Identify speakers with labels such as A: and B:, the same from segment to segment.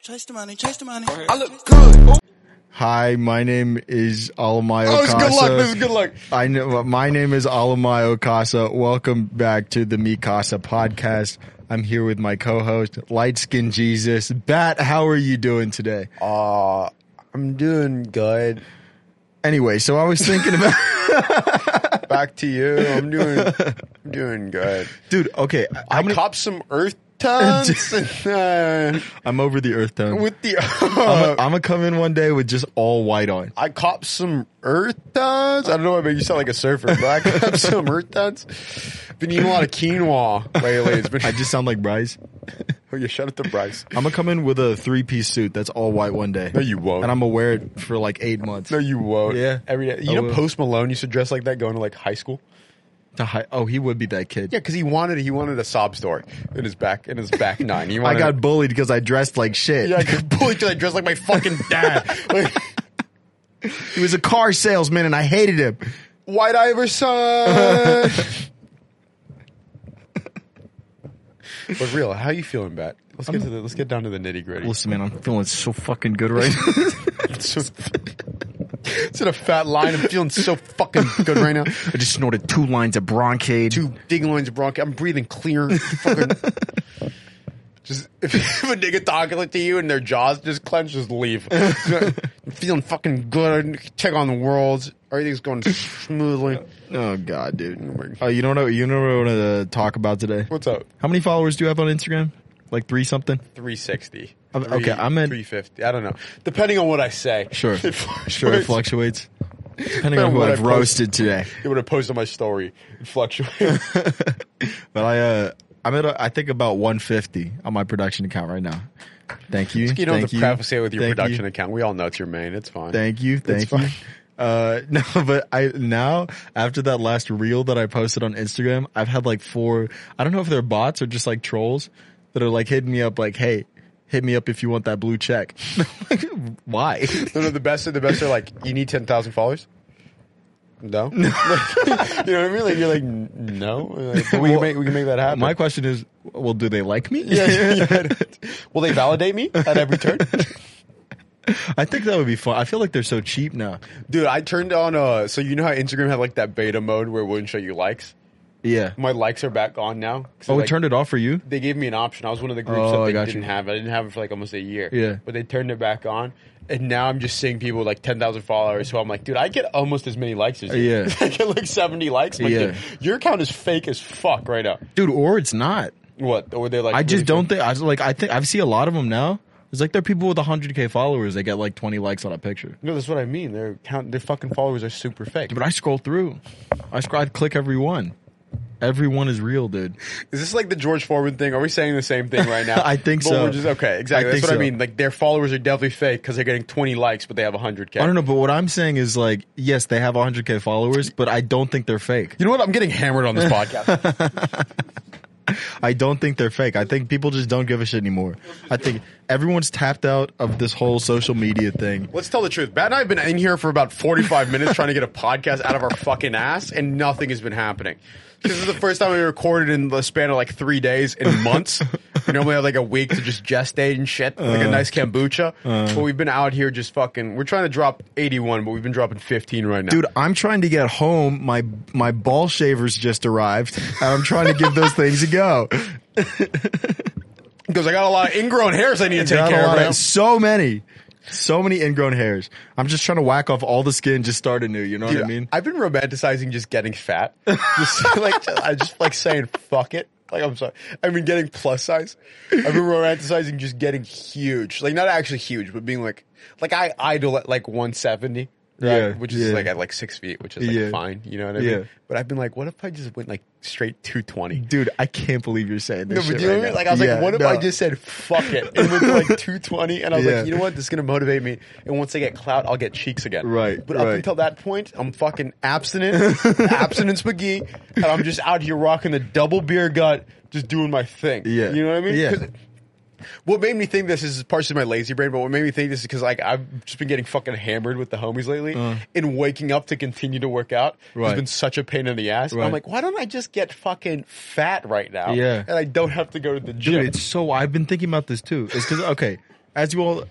A: Chase the money, chase the money.
B: I look good. Ooh.
C: Hi, my name is Alamayo
B: Oh, it's
C: Casa.
B: good luck. This is good luck.
C: I know my name is Alamayo Casa. Welcome back to the Me Casa podcast. I'm here with my co-host, Light Skin Jesus. Bat, how are you doing today?
B: Uh, I'm doing good.
C: Anyway, so I was thinking about
B: Back to you. I'm doing I'm doing good.
C: Dude, okay.
B: I
C: I'm, gonna-
B: copped some earth tons and, uh,
C: I'm over the earth tone.
B: with the.
C: I'm gonna come in one day with just all white on.
B: I copped some earth tons. I don't know why, but you sound like a surfer, but I copped some earth tons. Been eating a lot of quinoa lately. It's been.
C: I just sound like Bryce.
B: oh, you shut up, the Bryce.
C: I'm gonna come in with a three piece suit that's all white one day.
B: No, you won't.
C: And I'm gonna wear it for like eight months.
B: no, you won't.
C: Yeah.
B: Every day. You
C: I
B: know,
C: will.
B: Post Malone used to dress like that going to like high school.
C: To hi- oh, he would be that kid.
B: Yeah, because he wanted he wanted a sob story in his back in his back nine. He
C: I
B: wanted
C: got bullied because I dressed like shit.
B: yeah, I got bullied because I dressed like my fucking dad. Like,
C: He was a car salesman and I hated him.
B: White Iverson. but real, how you feeling, Bat? Let's get to the, let's get down to the nitty gritty.
C: Listen, man, I'm feeling so fucking good right now.
B: It's in a fat line. I'm feeling so fucking good right now.
C: I just snorted two lines of Broncaid.
B: Two dig lines of bronchi. I'm breathing clear. Fucking. Just if, if a nigga talking to you and their jaws just clench, just leave. I'm feeling fucking good. Check on the world. Everything's going smoothly.
C: Oh god, dude. Oh, you don't know. You know what I want to talk about today?
B: What's up?
C: How many followers do you have on Instagram? Like three something.
B: 360.
C: I'm- okay, I'm at-
B: 350. I don't know. Depending on what I say.
C: Sure.
B: It fluctuates.
C: Sure, it fluctuates depending
B: Depending
C: on who
B: on what
C: I've
B: I post.
C: roasted today.
B: It would have posted my story. It fluctuates.
C: But I, uh, I'm at, uh, I think about 150 on my production account right now. Thank you.
B: you don't have
C: thank
B: to preface it with your
C: thank you.
B: production account. We all know it's your main. It's fine.
C: Thank you. Thank you.
B: fine.
C: Uh, no, but I, now after that last reel that I posted on Instagram, I've had like four, I don't know if they're bots or just like trolls that are like hitting me up like, Hey, hit me up if you want that blue check. Why?
B: No, no, the best of the best are like, you need 10,000 followers? No. Like, you know what I mean? Like, you're like, "N- no. Like, but we,
C: Well,
B: can make, we can make that happen.
C: My question is, well, do they like me?
B: Yeah, yeah, yeah. Will they validate me at every turn?
C: I think that would be fun. I feel like they're so cheap now.
B: Dude, I turned on, uh, so you know how Instagram had like that beta mode where it wouldn't show you likes?
C: Yeah.
B: My likes are back on now. 'Cause
C: Oh,
B: like,
C: we turned it off for you?
B: They gave me an option. I was one of the groups
C: Oh, I
B: that
C: got
B: they didn't
C: you.
B: have. I didn't have it for like almost a year.
C: Yeah.
B: But they turned it back on. And now I'm just seeing people with like 10,000 followers. So I'm like, dude, I get almost as many likes as you.
C: Yeah.
B: I get like 70 likes. But
C: Yeah.
B: dude, your account is fake as fuck right now.
C: Dude, or it's not.
B: What? Or they're like,
C: I just
B: really
C: don't think I like I think I see a lot of them now. It's like they're people with 100k followers. They get like 20 likes on a picture.
B: fake. No, that's what I mean. Their account, their fucking followers are super fake.
C: But I scroll through. I scroll. I click every one. Every one is real, dude.
B: Is this like the George Foreman thing? Are we saying the same thing right now?
C: I think
B: but
C: so.
B: We're just, okay, exactly.
C: I
B: That's
C: think
B: what I
C: so.
B: mean. Like their followers are definitely fake because they're getting 20 likes, but they have 100k.
C: I don't know, but what I'm saying is like, yes, they have 100k followers, but I don't think they're fake.
B: You know what? I'm getting hammered on this podcast.
C: I don't think they're fake. I think people just don't give a shit anymore. I think everyone's tapped out of this whole social media thing.
B: Let's tell the truth. Bat and I have been in here for about 45 minutes trying to get a podcast out of our fucking ass, and nothing has been happening. This is the first time we recorded in the span of like three days and months. we normally have like a week to just gestate and shit,
C: Uh.
B: like a nice kombucha. but we've been out here just fucking. We're trying to drop 81, but we've been dropping 15 right now.
C: Dude, I'm trying to get home. My my ball shavers just arrived. And I'm trying to give those things a go.
B: because I got a lot of ingrown hairs I need to take
C: Got a
B: care of.
C: lot
B: Right
C: of- so many, so many ingrown hairs. I'm just trying to whack off all the skin, just start anew. You know
B: Dude,
C: what I mean?
B: I've been romanticizing just getting fat. Just like I just like saying fuck it. Like I'm sorry. I've been getting plus size. I've been romanticizing just getting huge. Like not actually huge, but being like like I idol at like 170. Right?
C: Yeah,
B: which is
C: yeah.
B: like at like six feet, which is like
C: Yeah.
B: fine, you know what I
C: Yeah.
B: mean. But I've been like, what if I just went like straight two twenty?
C: Dude, I can't believe you're saying
B: No,
C: this.
B: but
C: shit
B: do you know
C: right
B: what I mean?
C: now.
B: Like I was
C: Yeah,
B: like, what if
C: no.
B: I just said fuck it and went to like 220 and I was
C: Yeah.
B: like, you know what, this is gonna motivate me and once I get clout, I'll get cheeks again.
C: Right,
B: But up
C: right.
B: until that point, I'm fucking abstinent, abstinence McGee, and I'm just out here rocking the double beer gut, just doing my thing.
C: Yeah.
B: You know what I mean?
C: Yeah.
B: 'Cause What made me think this is partially my lazy brain, but what made me think this is because like I've just been getting fucking hammered with the homies lately, and waking up to continue to work out has
C: Uh. Right.
B: been such a pain in the ass. And I'm
C: Right.
B: like, why don't I just get fucking fat right now?
C: Yeah.
B: and I don't have to go to the gym.
C: Dude, it's so. I've been thinking about this too. It's because okay, as you all,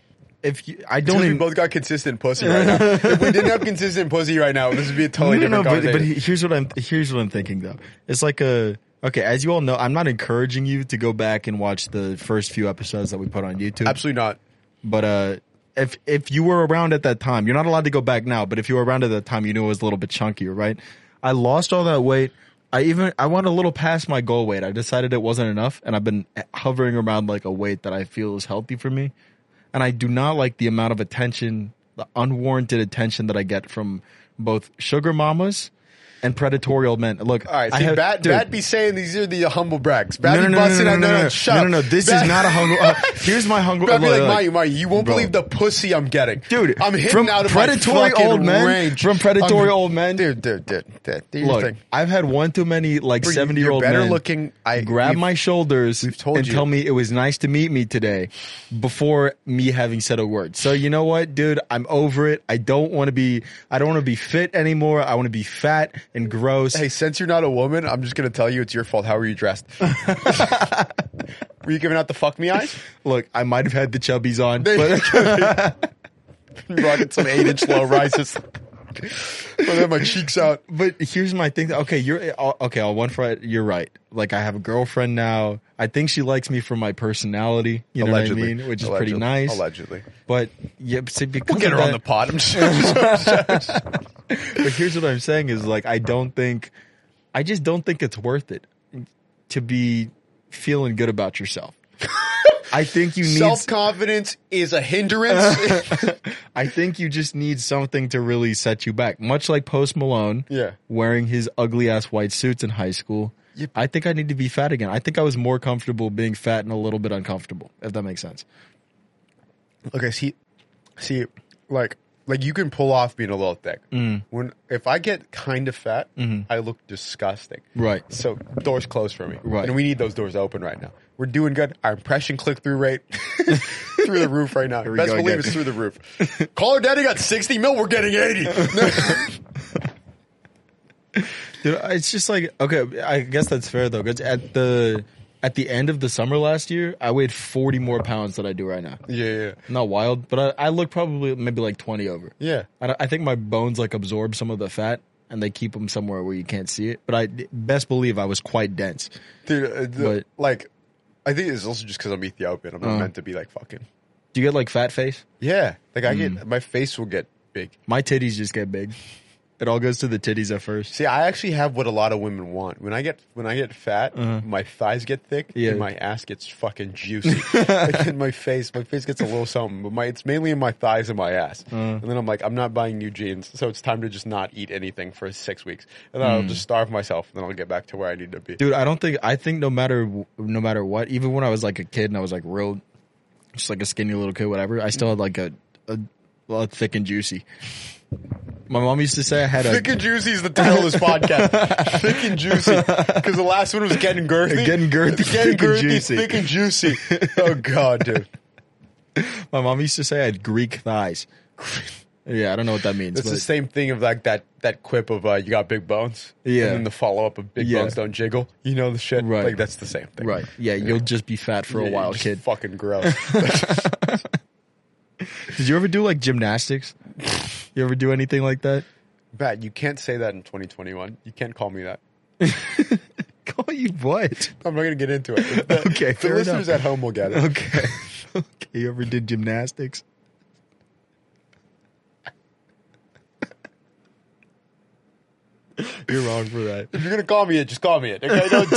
C: if you, I
B: Because
C: don't
B: we
C: even.
B: both got consistent pussy right now. if we didn't have consistent pussy right now, this would be a totally
C: no, no,
B: different
C: no, but,
B: conversation.
C: but he- here's what I'm here's what I'm thinking though. It's like a okay, as you all know, I'm not encouraging you to go back and watch the first few episodes that we put on YouTube.
B: Absolutely not.
C: But uh, if if you were around at that time, you're not allowed to go back now. But if you were around at that time, you knew it was a little bit chunkier, right? I lost all that weight. I even I went a little past my goal weight. I decided it wasn't enough, and I've been hovering around like a weight that I feel is healthy for me. And I do not like the amount of attention, the unwarranted attention that I get from both sugar mamas and predatory old men. Look,
B: All right,
C: I
B: see,
C: have-
B: Bat,
C: dude.
B: Bat be saying these are the humble brags. Bat be busting out- shut
C: no,
B: up.
C: no, no. This
B: Bat-
C: is not a hunger. Uh, here's my hunger.
B: Bat be
C: look,
B: like,
C: look.
B: Mayu, Mayu, you won't
C: Bro.
B: believe the pussy I'm getting,
C: Dude,
B: I'm hitting
C: from
B: out of my
C: predatory
B: fucking
C: old men-
B: range
C: from predatory
B: I'm-
C: old men-
B: dude, dude, dude, dude. Do your
C: Look,
B: thing.
C: I've had one too many like
B: You're
C: seventy year old
B: better
C: men
B: looking. I
C: grab
B: we've-
C: my shoulders
B: told
C: and
B: you.
C: tell me it was nice to meet me today before me having said a word. So you know what, dude, I'm over it. I don't want to be. I don't want to be fit anymore. I want to be fat and gross.
B: Hey, since you're not a woman, I'm just gonna tell you it's your fault. How are you dressed? Were you giving out the fuck me eyes?
C: Look, I might have had the chubbies on,
B: They-
C: but
B: Rocking some eight inch low rises. But then my cheeks out.
C: but here's my thing. Okay, you're uh, okay on one front. You're right. Like I have a girlfriend now. I think she likes me for my personality. You know
B: Allegedly,
C: what I mean? Which is
B: Allegedly.
C: pretty nice.
B: Allegedly,
C: But yeah, see, because
B: we'll get
C: of
B: her on
C: that-
B: the pod. I'm just,
C: but here's what I'm saying is like I don't think I just don't think it's worth it to be feeling good about yourself. I think you need
B: self confidence is a hindrance.
C: I think you just need something to really set you back. Much like Post Malone
B: Yeah.
C: wearing his ugly ass white suits in high school.
B: Yep.
C: I think I need to be fat again. I think I was more comfortable being fat and a little bit uncomfortable, if that makes sense.
B: okay, see, see, like, like you can pull off being a little thick.
C: Mm.
B: When if I get kind of fat, I look disgusting.
C: Mm-hmm. Right.
B: So doors closed for me.
C: Right.
B: And we need those doors open right now. We're doing good. Our impression click through rate through the roof right now.
C: we
B: Best
C: go
B: believe
C: again.
B: it's through the roof. Call her daddy got sixty mil. We're getting eighty.
C: Dude, it's just like okay. I guess that's fair though. 'cause at the at the end of the summer last year, I weighed forty more pounds than I do right now.
B: yeah, yeah,
C: Not wild, but I, I look probably maybe like twenty over.
B: yeah.
C: I, don't- I think my bones like absorb some of the fat and they keep them somewhere where you can't see it. But I best believe I was quite dense.
B: Dude, uh, the-
C: But-
B: like, I think it's also just because I'm Ethiopian. I'm not
C: Uh.
B: meant to be like fucking.
C: Do you get like fat face?
B: Yeah, like I
C: Mm.
B: get my face will get big.
C: My titties just get big. It all goes to the titties at first.
B: See, I actually have what a lot of women want. When I get when I get fat, my thighs get thick,
C: Mm-hmm. Yeah.
B: and my ass gets fucking juicy. like in my face, my face gets a little something, but my it's mainly in my thighs and my ass.
C: Mm.
B: And then I'm like, I'm not buying new jeans, so it's time to just not eat anything for six weeks, and then I'll just starve myself, and then I'll get back to where I need to be.
C: Mm. dude i don't think i think no matter no matter what even when i was like a kid and i was like real just like a skinny little kid whatever i still had like a, a, well, thick and juicy my mom used to say i had
B: Thick
C: a
B: and juicy is the title of this podcast. thick and juicy, because the last one was getting girthy,
C: Getting
B: getting
C: girthy, thick and
B: girthy,
C: juicy.
B: thick and juicy. Oh god, dude.
C: my mom used to say i had greek thighs yeah i don't know what that means
B: It's
C: but
B: the same thing of like that that quip of uh, you got big bones,
C: Yeah.
B: and then the follow up of big
C: Yeah.
B: bones don't jiggle. You know the shit,
C: Right.
B: Like that's the same thing,
C: right yeah you'll just be fat for
B: Yeah,
C: a
B: you're
C: while
B: just
C: kid
B: fucking gross.
C: did you ever do like gymnastics you ever do anything like that
B: Bat, you can't say that in 2021. You can't call me that.
C: call you what
B: I'm not gonna get into it. The,
C: Okay,
B: the
C: fair
B: listeners
C: enough.
B: at home will get it.
C: okay okay you ever did gymnastics you're wrong for that
B: If you're gonna call me it, just call me it. Okay, don't,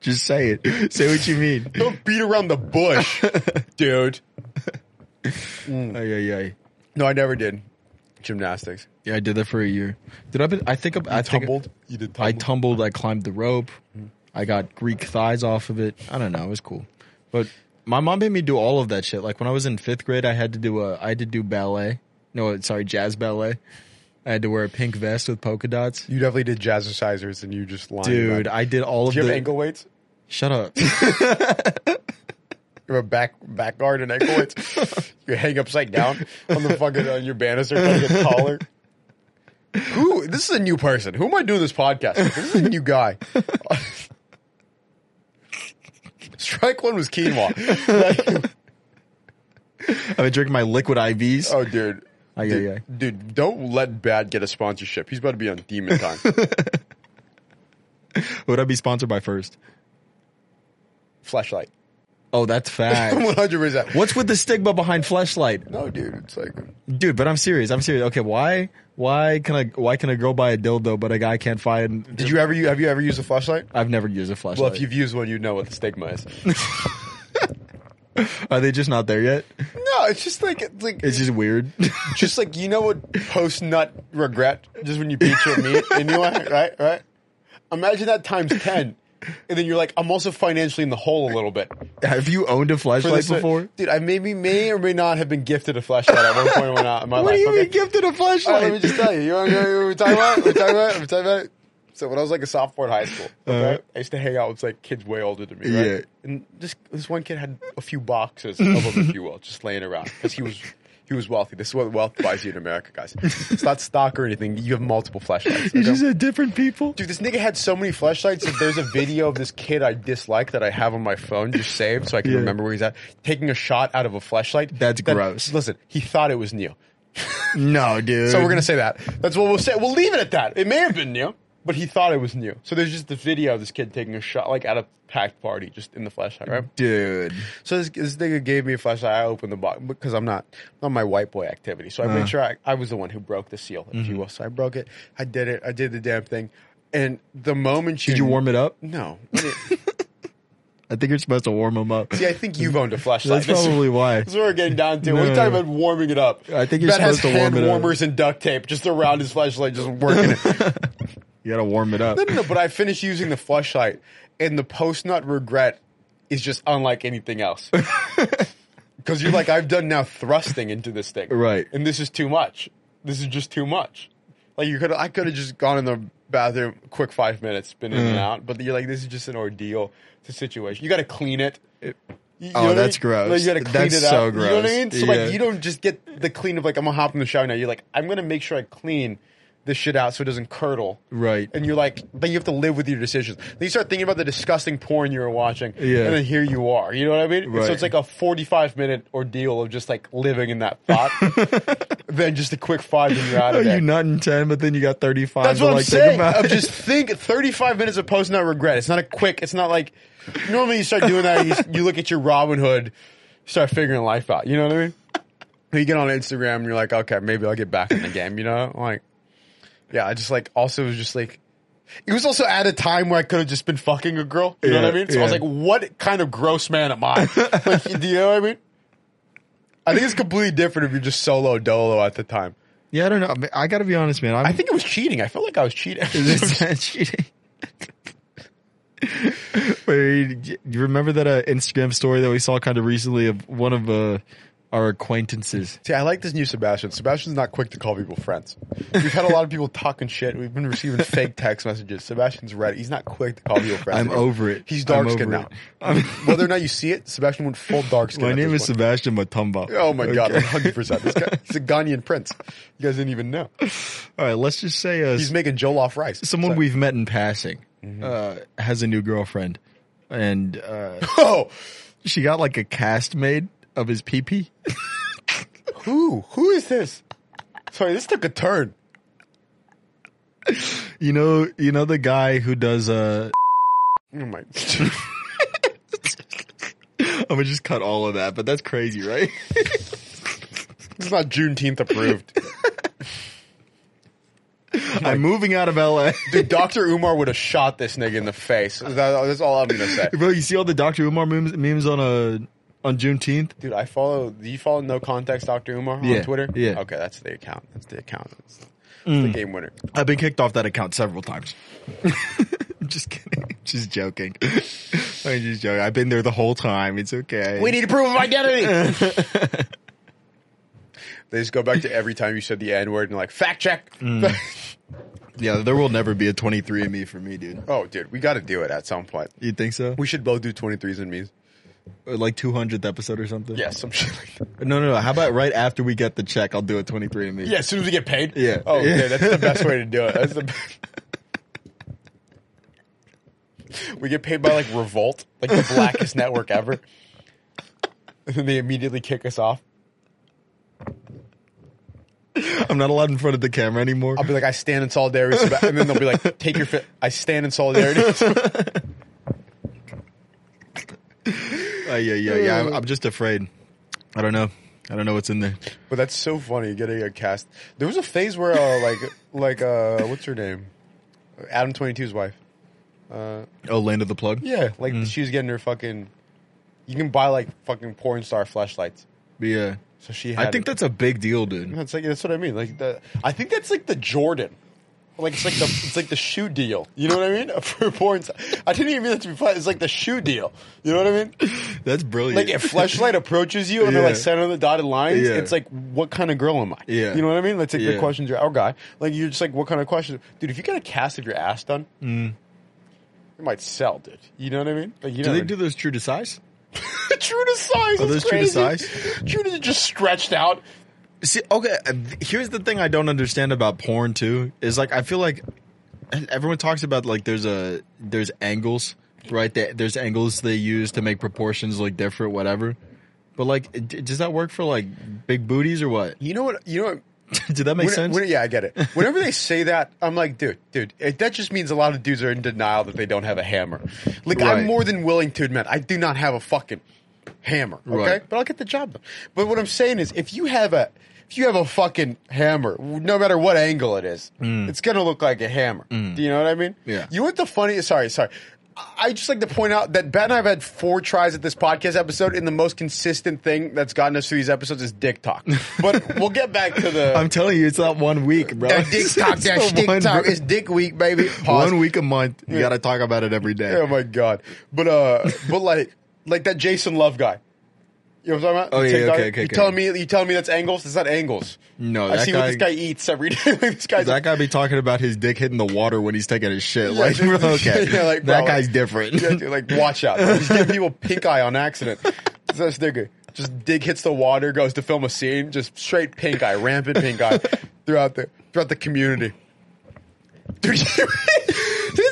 C: Just say it. Say what you mean.
B: don't beat around the bush, dude.
C: Ay, ay, ay.
B: No, I never did gymnastics.
C: Yeah, I did that for a year. Did I? Be, I think I, I think-
B: tumbled. you did tumble.
C: I tumbled. I climbed the rope. I got Greek thighs off of it. I don't know. It was cool, but my mom made me do all of that shit. Like when I was in fifth grade, I had to do a. I had to do ballet. No, sorry, jazz ballet. I had to wear a pink vest with polka dots.
B: you definitely did jazzercisers, and you just lying.
C: Dude,
B: about it.
C: I did all of
B: do you have
C: the.
B: ankle weights?
C: Shut up.
B: You have a back back guard and ankle weights. you hang upside down on the fucking on your banister trying to get taller. Who? This is a new person. Who am I doing this podcast? With? This is a new guy. Strike one was quinoa.
C: been drinking my liquid IVs.
B: Oh, dude.
C: Ay, ay,
B: dude,
C: ay.
B: dude, don't let Bad get a sponsorship. He's about to be on demon time.
C: Who would I be sponsored by first?
B: Flashlight.
C: Oh, that's fact.
B: 100%.
C: What's with the stigma behind flashlight?
B: No, dude. It's like,
C: Dude, but I'm serious. I'm serious. Okay, why why can I why can a girl buy a dildo but a guy can't find
B: did you ever, have you ever used a flashlight?
C: I've never used a flashlight.
B: Well, if you've used one, you know what the stigma is.
C: Are they just not there yet?
B: no, it's just like, it's like,
C: It's just weird.
B: just like you know what post nut regret just when you beat your meat anyway, right? Right? Imagine that times ten. And then you're like, I'm also financially in the hole a little bit.
C: Have you owned a
B: For
C: flashlight
B: this- uh,
C: before?
B: Dude, I maybe may or may not have been gifted a flashlight at one point or not in my
C: What do
B: life.
C: you
B: okay?
C: mean gifted a
B: All
C: flashlight?
B: right, let me just tell you. You want to know what we're talking about? We're talking about? We're talking about? So when I was like a sophomore in high school, okay,
C: Uh-huh.
B: I used to hang out with like kids way older than me, right?
C: Yeah.
B: And just this one kid had a few boxes of them, if you will, just laying around because he was he was wealthy. This is what wealth buys you in America, guys. It's not stock or anything. You have multiple flashlights.
C: you
B: okay?
C: just said different people.
B: Dude, this nigga had so many flashlights that there's a video of this kid I dislike that I have on my phone just saved so I can
C: Yeah.
B: remember where he's at, taking a shot out of a flashlight.
C: That's gross.
B: Listen, he thought it was Neil.
C: No, dude.
B: So we're gonna say that. That's what we'll say. We'll leave it at that. It may have been new, but he thought it was new. So there's just the video of this kid taking a shot like at a packed party, just in the flashlight, right?
C: Mm-hmm. dude.
B: So this, this nigga gave me a flashlight. I opened the box because I'm not not my white boy activity. So I
C: Uh-huh.
B: made sure I, I was the one who broke the seal, if
C: Mm-hmm.
B: you will. So I broke it. I did it. I did the damn thing. And the moment you
C: Did you warm it up?
B: No.
C: I think you're supposed to warm them up.
B: See, I think you've owned a flashlight.
C: That's
B: This is-
C: probably why.
B: That's what we're getting down to. We're
C: No.
B: talking about warming it up.
C: I think you're
B: Ben has
C: supposed to warm
B: hand
C: it up.
B: warmers and duct tape just around his flashlight, just working it.
C: You gotta warm it up.
B: No, no, no, but I finished using the flashlight, and the post nut regret is just unlike anything else. Because you're like, I've done now thrusting into this thing,
C: Right.
B: And this is too much. This is just too much. Like you could, I could have just gone in the bathroom, quick five minutes, been
C: Mm.
B: in and out. But you're like, this is just an ordeal. It's a situation. You got to clean it. You- you
C: Oh,
B: know what I
C: that's
B: mean?
C: gross.
B: Like, you gotta clean
C: That's
B: it
C: so
B: up. You know what I
C: gross.
B: mean? So
C: Yeah.
B: like you don't just get the clean of like I'm gonna hop in the shower now. You're like, I'm gonna make sure I clean this shit out so it doesn't curdle.
C: Right.
B: And you're like, then you have to live with your decisions. Then you start thinking about the disgusting porn you were watching.
C: Yeah.
B: And then here you are. You know what I mean? And
C: Right.
B: So it's like a 45 minute ordeal of just like living in that thought. then just a quick five and you're out
C: Oh,
B: of
C: you
B: there.
C: nut in ten, but then you got thirty five.
B: That's
C: to
B: what I'm
C: like think
B: saying.
C: about.
B: I'm just think 35 minutes of post not regret. It's not a quick. It's not like normally you start doing that. You, you look at your Robin Hood, start figuring life out. You know what I mean? You get on Instagram and you're like, okay, maybe I'll get back in the game. You know, like, yeah, I just like also was just like. It was also at a time where I could have just been fucking a girl. You know
C: Yeah,
B: what I mean? So I was
C: yeah.
B: like, what kind of gross man am I? Like, do you know what I mean? I think it's completely different if you're just solo dolo at the time.
C: yeah, I don't know. I gotta be honest, man. I'm,
B: I think it was cheating. I felt like I was cheating.
C: Is that cheating? Wait, do you remember that uh, Instagram story that we saw kind of recently of one of uh, our acquaintances?
B: See, I like this new Sebastian. Sebastian's not quick to call people friends. We've had a lot of people talking shit. We've been receiving fake text messages. Sebastian's ready. He's not quick to call people friends.
C: I'm
B: anymore.
C: over it.
B: He's
C: I'm
B: dark skinned
C: over
B: now.
C: it. I'm-
B: Whether or not you see it, Sebastian went full dark skin.
C: My
B: at
C: name
B: this
C: is
B: point.
C: Sebastian Matumba.
B: Oh my god,
C: Okay.
B: 100. percent This guy, he's a Ghanaian prince. You guys didn't even know.
C: All right, let's just say uh,
B: He's making Jollof rice.
C: someone
B: Sorry. Mm-hmm.
C: we've met in passing uh, has a new girlfriend, and uh,
B: Oh,
C: she got like a cast made of his pee pee.
B: who? Who is this? Sorry, this took a turn.
C: You know, you know the guy who does. Uh,
B: Oh my.
C: I'm gonna just cut all of that, but that's crazy, right?
B: This is not Juneteenth approved.
C: I'm moving out of LA.
B: Dude, Dr. Umar would have shot this nigga in the face. That- that's all I'm gonna say.
C: Bro, you see all the Dr. Umar memes, memes on uh, on Juneteenth?
B: Dude, I follow. Do you follow No Context Dr. Umar
C: Yeah,
B: on Twitter?
C: yeah.
B: Okay, that's the account. That's the account. That's, that's the game winner.
C: I've been kicked off that account several times. I'm just kidding. Just joking. I'm just joking. I've been there the whole time. It's okay.
B: need to prove of identity. they just go back to every time you said the N word and like fact check.
C: yeah, there will never be a 23 of me for me, dude.
B: oh, dude, we got to do it at some point.
C: You think so?
B: We should both do 23s and me's.
C: Or like 200th episode or something?
B: Yeah, some shit like that.
C: No, no, no. How about right after we get the check, I'll do a 23 of me.
B: Yeah, as soon as we get paid.
C: Yeah.
B: Oh,
C: Yeah.
B: yeah. That's the best way to do it. That's the. Best. we get paid by like Revolt, like the blackest network ever, and then they immediately kick us off.
C: I'm not allowed in front of the camera anymore.
B: I'll be like, I stand in solidarity, with Seb-" and then they'll be like, take your fit. I stand in solidarity. with Seb-"
C: Uh, yeah, yeah, yeah. I'm, I'm just afraid. I don't know. I don't know what's in there.
B: but that's so funny getting a cast. There was a phase where, uh, like, like uh, what's her name? Adam 22's wife.
C: Oh, land of the plug.
B: Yeah, Mm. like she was getting her fucking. You can buy like fucking porn star flashlights.
C: yeah.
B: So she. Had
C: I think
B: it.
C: that's a big deal, dude.
B: that's like that's what I mean. Like the, I think that's like the Jordan. Like it's like the it's like the shoe deal. You know what I mean? For porn, star. I didn't even mean that to be flat. It's like the shoe deal. You know what I mean?
C: That's brilliant.
B: Like if Fleshlight approaches you and they're
C: Yeah.
B: like sent on the dotted lines,
C: Yeah.
B: it's like what kind of girl am I?
C: Yeah.
B: You know what I mean? Let's take
C: Yeah.
B: the questions you're our guy. Like you're just like what kind of questions dude, if you got a cast of your ass done, it might sell, dude. You know what I mean? Like you
C: Mm. do
B: know
C: they do those true to size?
B: true to size.
C: Are
B: that's
C: those true to
B: crazy.
C: size?
B: True to just stretched out.
C: See, okay. uh, th- Here's the thing I don't understand about porn too is like I feel like and everyone talks about like there's a there's angles right there there's angles they use to make proportions look different whatever but like d- does that work for like big booties or what
B: You know what? You know what?
C: did that make
B: When-
C: sense
B: when- yeah, I get it. Whenever they say that, I'm like, dude, dude, it, that just means a lot of dudes are in denial that they don't have a hammer. Like,
C: Right.
B: I'm more than willing to admit I do not have a fucking hammer. Okay,
C: Right.
B: but I'll get the job done. But what I'm saying is, if you have a if you have a fucking hammer, no matter what angle it is, it's gonna look like a hammer. Do you know what I mean?
C: Mm. Yeah.
B: You know what the funny? Sorry, sorry. I- I just like to point out that Ben and I have had four tries at this podcast episode, and the most consistent thing that's gotten us through these episodes is dick talk. But we'll get back to the.
C: i'm telling you it's not one week bro
B: That dick talk,
C: It's
B: that
C: not one
B: shtick talk.
C: bro-
B: It's dick week, baby. Pause.
C: one week a month you gotta talk about it every day
B: Oh my god. But uh, but like like that Jason Love guy. You know what I'm talking about?
C: Oh,
B: The
C: yeah,
B: TikTok?
C: okay, okay,
B: You
C: okay.
B: telling me you telling me that's angles? It's not angles.
C: No,
B: I
C: that
B: see
C: guy-
B: what this guy eats every day. Like, this guy's
C: that guy be talking about his dick hitting the water when he's taking his shit.
B: Yeah,
C: like,
B: dude.
C: bro, okay,
B: Yeah, like,
C: that
B: bro,
C: guy's
B: like-
C: different.
B: Yeah, dude, like watch out. He's giving people pink eye on accident. That's nigga. Just dig hits the water, goes to film a scene, just straight pink eye, rampant pink eye throughout the throughout the community. Dude, this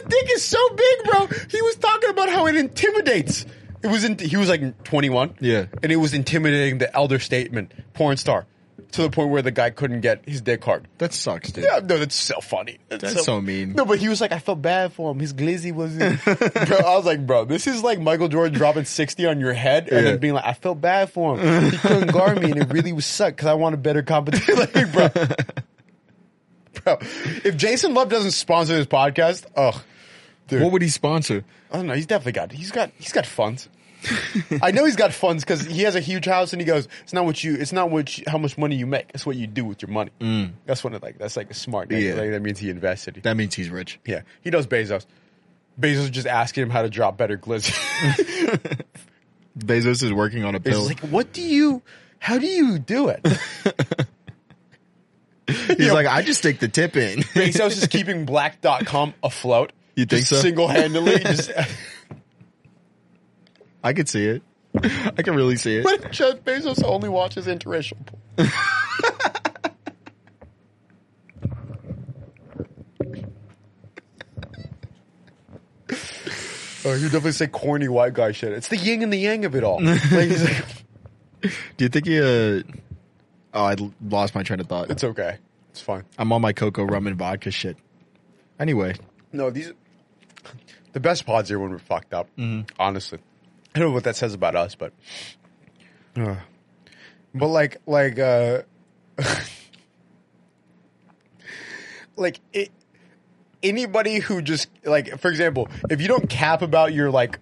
B: dick is so big, bro. He was talking about how it intimidates. It was in, he was like 21.
C: Yeah.
B: And it was intimidating the elder statement porn star to the point where the guy couldn't get his dick hard.
C: that sucks, dude.
B: Yeah, no, that's so funny.
C: That's so mean.
B: No, but he was like, I felt bad for him. His glizzy was, bro. I was like, bro, this is like Michael Jordan dropping sixty on your head and
C: Yeah.
B: then being like, I felt bad for him. He couldn't guard me, and it really was suck because I wanted better competition, like, bro. Bro, if Jason Love doesn't sponsor this podcast, ugh, dude,
C: What would he sponsor?
B: I don't know. He's definitely got he's got he's got funds. I know he's got funds because he has a huge house and he goes, "It's not what you. It's not what you, how much money you make. It's what you do with your money." That's one of like that's like a smart. Name.
C: Mm. Yeah.
B: Like, that means he invested.
C: That means he's rich.
B: yeah, he knows Bezos. Bezos is just asking him how to drop better glitz.
C: Bezos is working on a
B: He's
C: pill.
B: like, "What do you? How do you do it?"
C: he's
B: Yeah.
C: like, I just stick the tip in.
B: Bezos is keeping Black.com afloat.
C: You think
B: just
C: so?
B: Single handedly, just
C: I could see it. I can really see it.
B: But Jeff Bezos only watches interracial porn. oh, you definitely say corny white guy shit. It's the yin and the yang of it all. Like, he's like,
C: Do you think he? Uh, oh, I l- lost my train of thought.
B: it's okay. It's fine.
C: I'm on my cocoa rum and vodka shit. Anyway,
B: No, these the best pods are when we're fucked up.
C: Mm-hmm.
B: Honestly, I don't know what that says about us, but uh, but like like uh like it, anybody who just like for example, if you don't cap about your like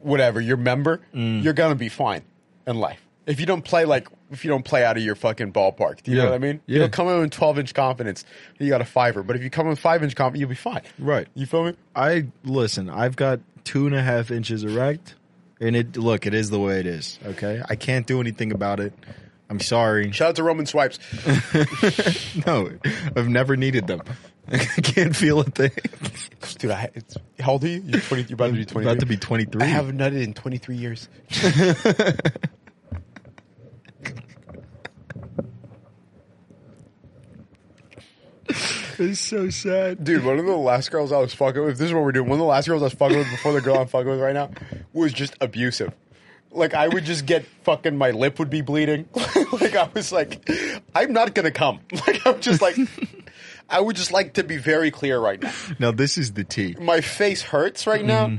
B: whatever your member,
C: Mm.
B: you're gonna be fine in life. If you don't play like if you don't play out of your fucking ballpark, do you
C: Yeah.
B: know what I mean?
C: Yeah.
B: You don't come in with twelve inch confidence, you got a fiver. But if you come in with five inch confidence, you'll be fine.
C: right.
B: You feel me?
C: I listen. I've got two and a half inches erect, and it look. It is the way it is. Okay, I can't do anything about it. I'm sorry.
B: Shout out to Roman Swipes.
C: No, I've never needed them. I can't feel a thing.
B: Dude, I, it's, how old are you? You're, 20, you're about to be 23.
C: About to be 23.
B: I haven't nutted in 23 years.
C: It's so sad.
B: Dude, one of the last girls I was fucking with, this is what we're doing. One of the last girls I was fucking with before the girl I'm fucking with right now was just abusive. Like I would just get fucking my lip would be bleeding. like I was like, I'm not gonna come. Like I'm just like, I would just like to be very clear right now.
C: Now this is the tea.
B: My face hurts right now,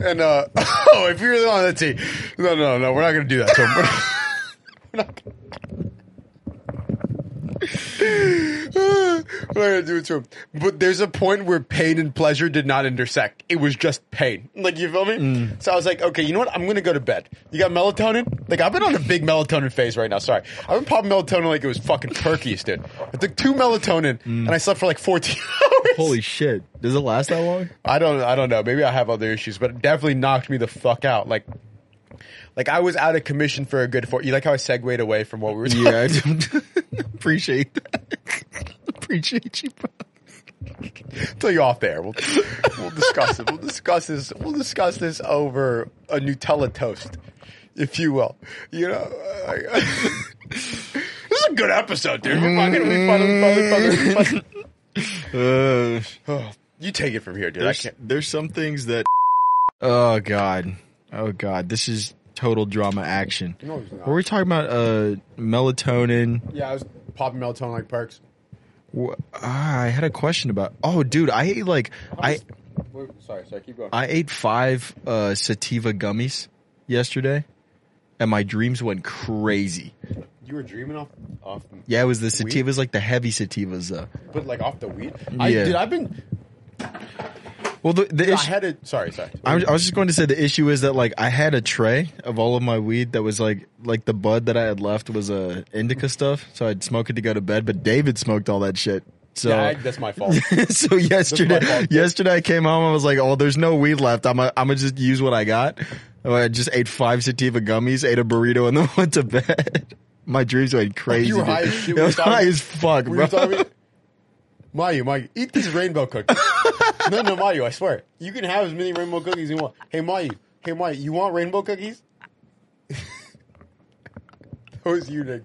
B: and uh, oh, if you really want the tea, no, no, no, we're not gonna do that. So we're not, we're not gonna- We're not gonna do it to him. But there's a point where pain and pleasure did not intersect. It was just pain. Like you feel me? So I was like, okay, you know what? I'm gonna go to bed. You got melatonin? Like I've been on a big melatonin phase right now. Sorry, I've been popping melatonin like it was fucking turkeys, dude. I took two melatonin and I slept for like 14 hours.
C: Holy shit! Does it last that long?
B: I don't I don't know. Maybe I have other issues, but it definitely knocked me the fuck out. Like like I was out of commission for a good four. You like how I segued away from what we were talking
C: Yeah, I don't appreciate that. appreciate you, bro.
B: tell you off there. We'll we'll discuss it. We'll discuss this. We'll discuss this over a Nutella toast, if you will. You know, I- this is a good episode, dude. We're fucking we fucking fucking fucking.
C: Uh,
B: Oh, you take it from here, dude. I
C: there's,
B: can't.
C: there's some things that. Oh god. Oh god. This is total drama action.
B: No, it's not.
C: Were we talking about uh melatonin?
B: Yeah, I was popping melatonin like perks.
C: Wh- ah, I had a question about. Oh, dude, I ate like I
B: sorry, sorry. Keep going.
C: I ate five uh, sativa gummies yesterday, and my dreams went crazy.
B: you were dreaming off off.
C: Yeah, it was the sativas, like the heavy sativas, though.
B: but like off the weed. I,
C: Yeah.
B: dude, I've been.
C: Well, the, the
B: I
C: issue,
B: had it. Sorry, sorry.
C: I, was- I was just going to say the issue is that like I had a tray of all of my weed that was like like the bud that I had left was uh, indica stuff, so I'd smoke it to go to bed. But David smoked all that shit. So
B: yeah, I, that's my fault.
C: so yesterday,
B: fault.
C: yesterday I came home. I was like, "Oh, there's no weed left. I'm i I'm gonna just use what I got." Oh, I just ate five sativa gummies, ate a burrito, and then went to bed. My dreams went crazy.
B: you were
C: dude.
B: high as shit.
C: I was
B: We thought-
C: high as fuck,
B: We were
C: bro.
B: talking. Mayu, Mayu, eat these rainbow cookies. no, no, Mayu, I swear. You can have as many rainbow cookies as you want. Hey, Mayu. Hey, Mayu, you want rainbow cookies? that was you, Nick.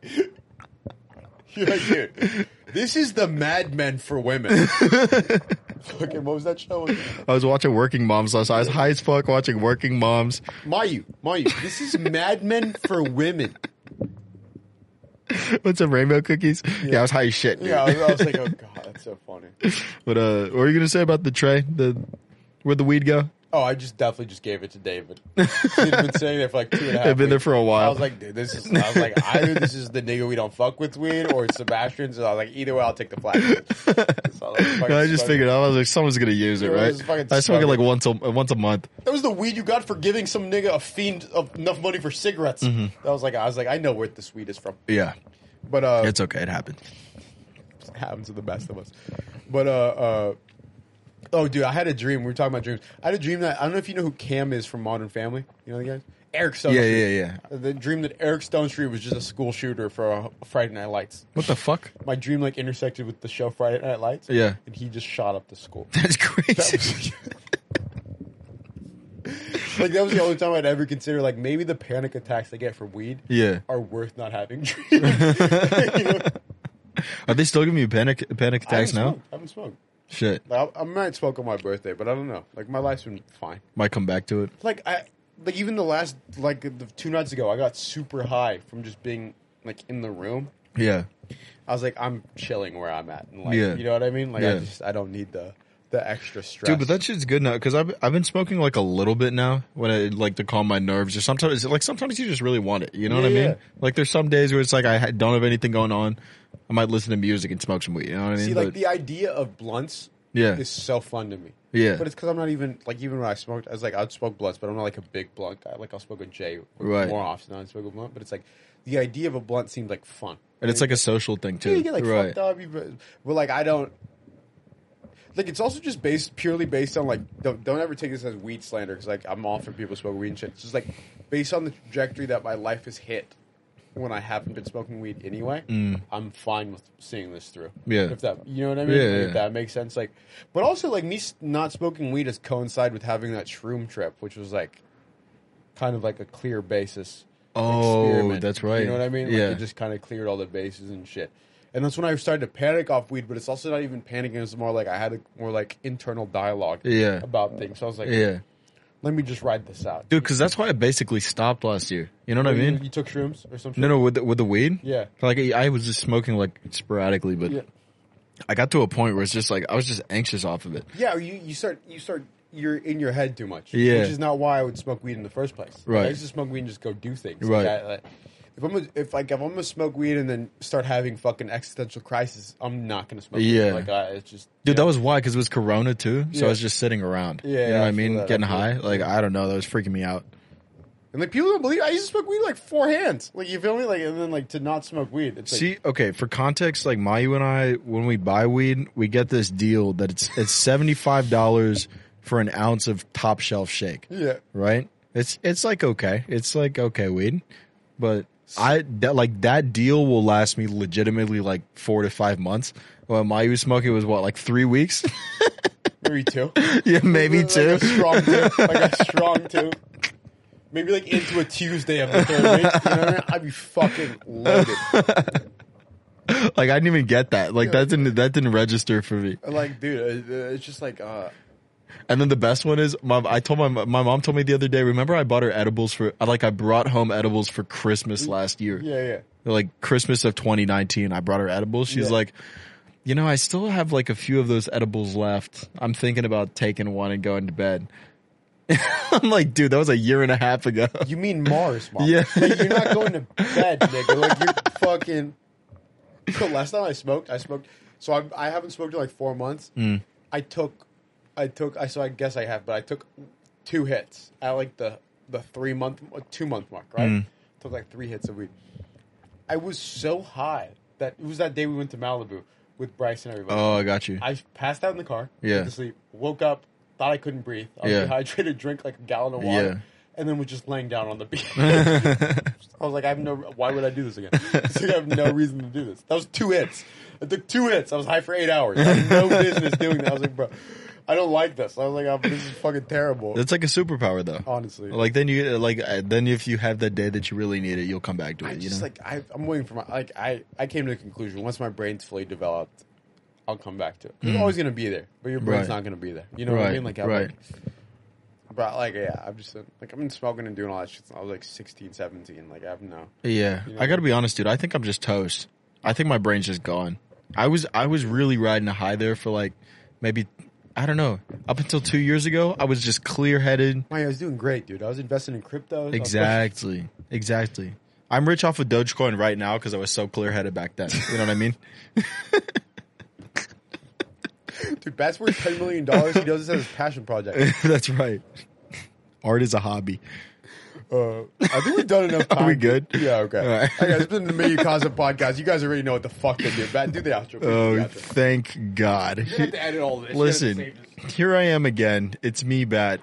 B: You're like, dude, this is the Mad Men for women. Fucking, what was that show?
C: I was watching Working Moms last. night. I was high as fuck watching Working Moms.
B: Mayu, Mayu, this is Mad Men for women.
C: What's some rainbow cookies? Yeah, I was high as shit. Dude.
B: Yeah, I was, I was like, oh god, that's so funny.
C: But uh, what were you gonna say about the tray? The where'd the weed go?
B: Oh, I just definitely just gave it to David. He'd been sitting there for like two and a half.
C: I've been there
B: weeks.
C: for a while.
B: I was like, dude, this is. I was like, either this is the nigga we don't fuck with weed, or it's Sebastian's. And I was like, either way, I'll take the flag. So I, was like, fucking
C: I just
B: smoked.
C: figured I was like, someone's gonna use it,
B: Yeah,
C: right?
B: just fucking
C: I smoke
B: smoke
C: it
B: it.
C: like once a once a month.
B: that was the weed you got for giving some nigga a fiend of enough money for cigarettes.
C: Mm-hmm.
B: That was like, I was like, I know where this weed is from,
C: Yeah,
B: but uh,
C: it's okay. It happened.
B: happens to the best of us. But uh, uh, oh, dude, I had a dream. We were talking about dreams. I had a dream that I don't know if you know who Cam is from Modern Family. You know the guys, Eric Stone.
C: Yeah,
B: Street.
C: yeah, yeah.
B: The dream that Eric Stone Street was just a school shooter for uh, Friday Night Lights.
C: What the fuck?
B: My dream like intersected with the show Friday Night Lights.
C: Yeah.
B: and he just shot up the school.
C: That's crazy.
B: That was- like that was the only time I'd ever consider like maybe the panic attacks I get from weed
C: yeah.
B: are worth not having dreams. You know?
C: Are they still giving you panic panic
B: I haven't
C: attacks now?
B: smoked. I haven't smoked.
C: Shit.
B: I, I might smoke on my birthday, but I don't know. Like my life's been fine.
C: Might come back to it.
B: Like I, like even the last, like the two nights ago, I got super high from just being like in the room.
C: Yeah.
B: I was like, I'm chilling where I'm at, and like,
C: Yeah.
B: you know what I mean? Like
C: Yeah.
B: I just, I don't need the the extra stress.
C: Dude, but that shit's good now because I've I've been smoking like a little bit now when I like to calm my nerves or sometimes like sometimes you just really want it. You know what I
B: Yeah,
C: mean?
B: yeah.
C: Like there's some days where it's like I ha- don't have anything going on. I might listen to music and smoke some weed. You know what I mean?
B: see,
C: But-
B: like the idea of blunts,
C: Yeah.
B: is so fun to me.
C: Yeah.
B: but it's because I'm not even like even when I smoked, I was like I'd smoke blunts, but I'm not like a big blunt guy. Like I'll smoke a J
C: Right.
B: more often than I smoke a blunt, but it's like the idea of a blunt seemed like fun,
C: and it's like a social thing too.
B: Yeah, you get like
C: right.
B: fucked up. You, but, but like I don't. Like it's also just based purely based on like don't don't ever take this as weed slander because like I'm all for people who smoke weed and shit. It's just like based on the trajectory that my life has hit when I haven't been smoking weed anyway. I'm fine with seeing this through.
C: Mm. Yeah.
B: if that you know what I mean.
C: Yeah,
B: Like,
C: yeah.
B: If that makes sense. Like, but also like me s- not smoking weed has coincided with having that shroom trip, which was like kind of like a clear basis.
C: Oh,
B: experiment.
C: that's right.
B: You know what I mean? Like,
C: Yeah.
B: it just kind of cleared all the bases and shit. And that's when I started to panic off weed, but it's also not even panicking. It's more like I had a more like internal dialogue
C: Yeah.
B: about things. So I was like,
C: Yeah.
B: let me just ride this out.
C: dude. Because that's why I basically stopped last year. You know what I
B: You-
C: mean?
B: you took shrooms or something.
C: No, no, with the, with the weed.
B: Yeah.
C: Like I I was just smoking like sporadically, but
B: Yeah.
C: I got to a point where it's just like I was just anxious off of it.
B: Yeah, or you, you start you start you're in your head too much.
C: Yeah.
B: which is not why I would smoke weed in the first place. Like, I
C: Right.
B: used to smoke weed and just go do things.
C: Right.
B: Like, I- like, if I'm a, if like if I'm gonna smoke weed and then start having fucking existential crisis, I'm not gonna smoke.
C: Yeah.
B: weed. like I, it's just
C: Dude, that was why because it was Corona too, so
B: Yeah.
C: I was just sitting around.
B: Yeah,
C: you know
B: I
C: what I
B: feel
C: mean,
B: that, I
C: getting
B: feel
C: high.
B: that.
C: Like I don't know, that was freaking me out.
B: and like people don't believe I used to smoke weed like four hands. Like you feel me? Like and then like to not smoke weed. It's like,
C: See, okay, for context, like Mayu and I, when we buy weed, we get this deal that it's it's seventy five dollars for an ounce of top shelf shake.
B: yeah,
C: right? It's it's like okay, it's like okay weed, but I that like that deal will last me legitimately like four to five months. Well, my you smoking was what like three weeks,
B: maybe two,
C: yeah, maybe
B: like
C: two.
B: a strong two, like a strong two. Maybe like into a Tuesday of the third week. You know what I mean? I'd be fucking loaded.
C: Like I didn't even get that. Like that didn't that didn't register for me.
B: And, Like, dude, it- it's just like, uh,
C: And then the best one is my I told my my mom told me the other day. Remember I bought her edibles for like I brought home edibles for Christmas last year.
B: yeah, yeah.
C: like Christmas of 2019, I brought her edibles. She's
B: Yeah.
C: like, you know, I still have like a few of those edibles left. I'm thinking about taking one and going to bed. I'm like, dude, that was a year and a half ago.
B: You mean Mars, Mom?
C: Yeah.
B: Like, you're not going to bed, nigga. Like you're fucking. The last time I smoked, I smoked. So I, I haven't smoked in like four months. I took, I took. I so I guess I have, but I took two hits at like the the three month, uh, two month mark, right? Took like three hits a week. I was so high that it was that day we went to Malibu with Bryce and everybody.
C: Oh, I got you.
B: I passed out in the car.
C: Yeah.
B: Went to sleep. Woke up. Thought I couldn't breathe. I was
C: Yeah.
B: dehydrated. Drank like a gallon of water.
C: Yeah.
B: And then was just laying down on the beach. I was like, I have no. Why would I do this again? It's like, I have no reason to do this. That was two hits. I took two hits. I was high for eight hours. I had no business doing that. I was like, bro, I don't like this. I was like, oh, this is fucking terrible.
C: That's like a superpower though.
B: Honestly.
C: Like then you like uh, then if you have that day that you really need it, you'll come back to it.
B: I
C: you
B: just
C: know?
B: like I, I'm waiting for my like I I came to the conclusion once my brain's fully developed, I'll come back to it. It's always gonna be there, but your brain's
C: Mm. Right.
B: not gonna be there. You know what I
C: Right,
B: mean? Like I'm
C: right.
B: like, but like yeah, I've just been- like I've been smoking and doing all that shit. Since I was like 16, 17. Like I've no.
C: Yeah,
B: You know?
C: I got to be honest, dude. I think I'm just toast. I think my brain's just gone. I was I was really riding a high there for like maybe I don't know up until two years ago. I was just clear headed.
B: My, I was doing great, dude. I was investing in crypto. I was-
C: Exactly, exactly. I'm rich off of Dogecoin right now because I was so clear headed back then. You know what I mean?
B: dude, Bat's worth ten million dollars. He does this as his passion project.
C: That's right. Art is a hobby.
B: Uh, I think we've done enough. Time.
C: Are we good?
B: Yeah. Okay.
C: All right.
B: Okay, it's been the Media Cosmo podcast. You guys already know what the fuck they did. Bat, do the outro. please, do
C: Oh,
B: the outro.
C: thank God.
B: You're gonna have to edit all this. You're gonna have to
C: Listen,
B: save this.
C: here I am again. It's me, Bat,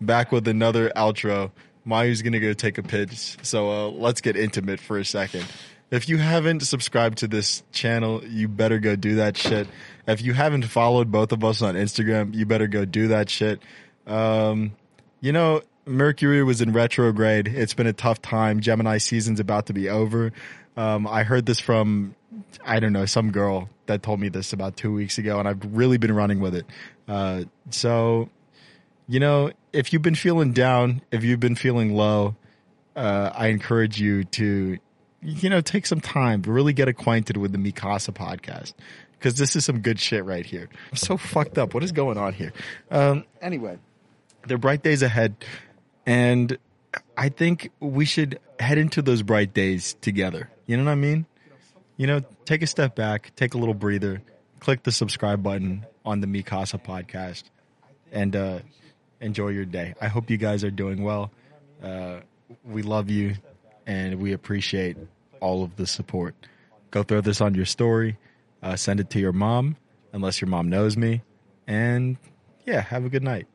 C: back with another outro. Mayu's gonna go take a pitch, so uh, let's get intimate for a second. If you haven't subscribed to this channel, you better go do that shit. If you haven't followed both of us on Instagram, you better go do that shit. Um, you know, Mercury was in retrograde. It's been a tough time. Gemini season's about to be over. Um, I heard this from, I don't know, some girl that told me this about two weeks ago, and I've really been running with it. Uh, so, you know, if you've been feeling down, if you've been feeling low, uh, I encourage you to, you know, take some time to really get acquainted with the Mikasa podcast because this is some good shit right here. I'm so fucked up. What is going on here? Um, anyway, there are bright days ahead, and I think we should head into those bright days together. You know what I mean? You know, take a step back, take a little breather, click the subscribe button on the Mikasa podcast, and uh, enjoy your day. I hope you guys are doing well. Uh, we love you, and we appreciate all of the support. Go throw this on your story, uh, send it to your mom, unless your mom knows me, and yeah, have a good night.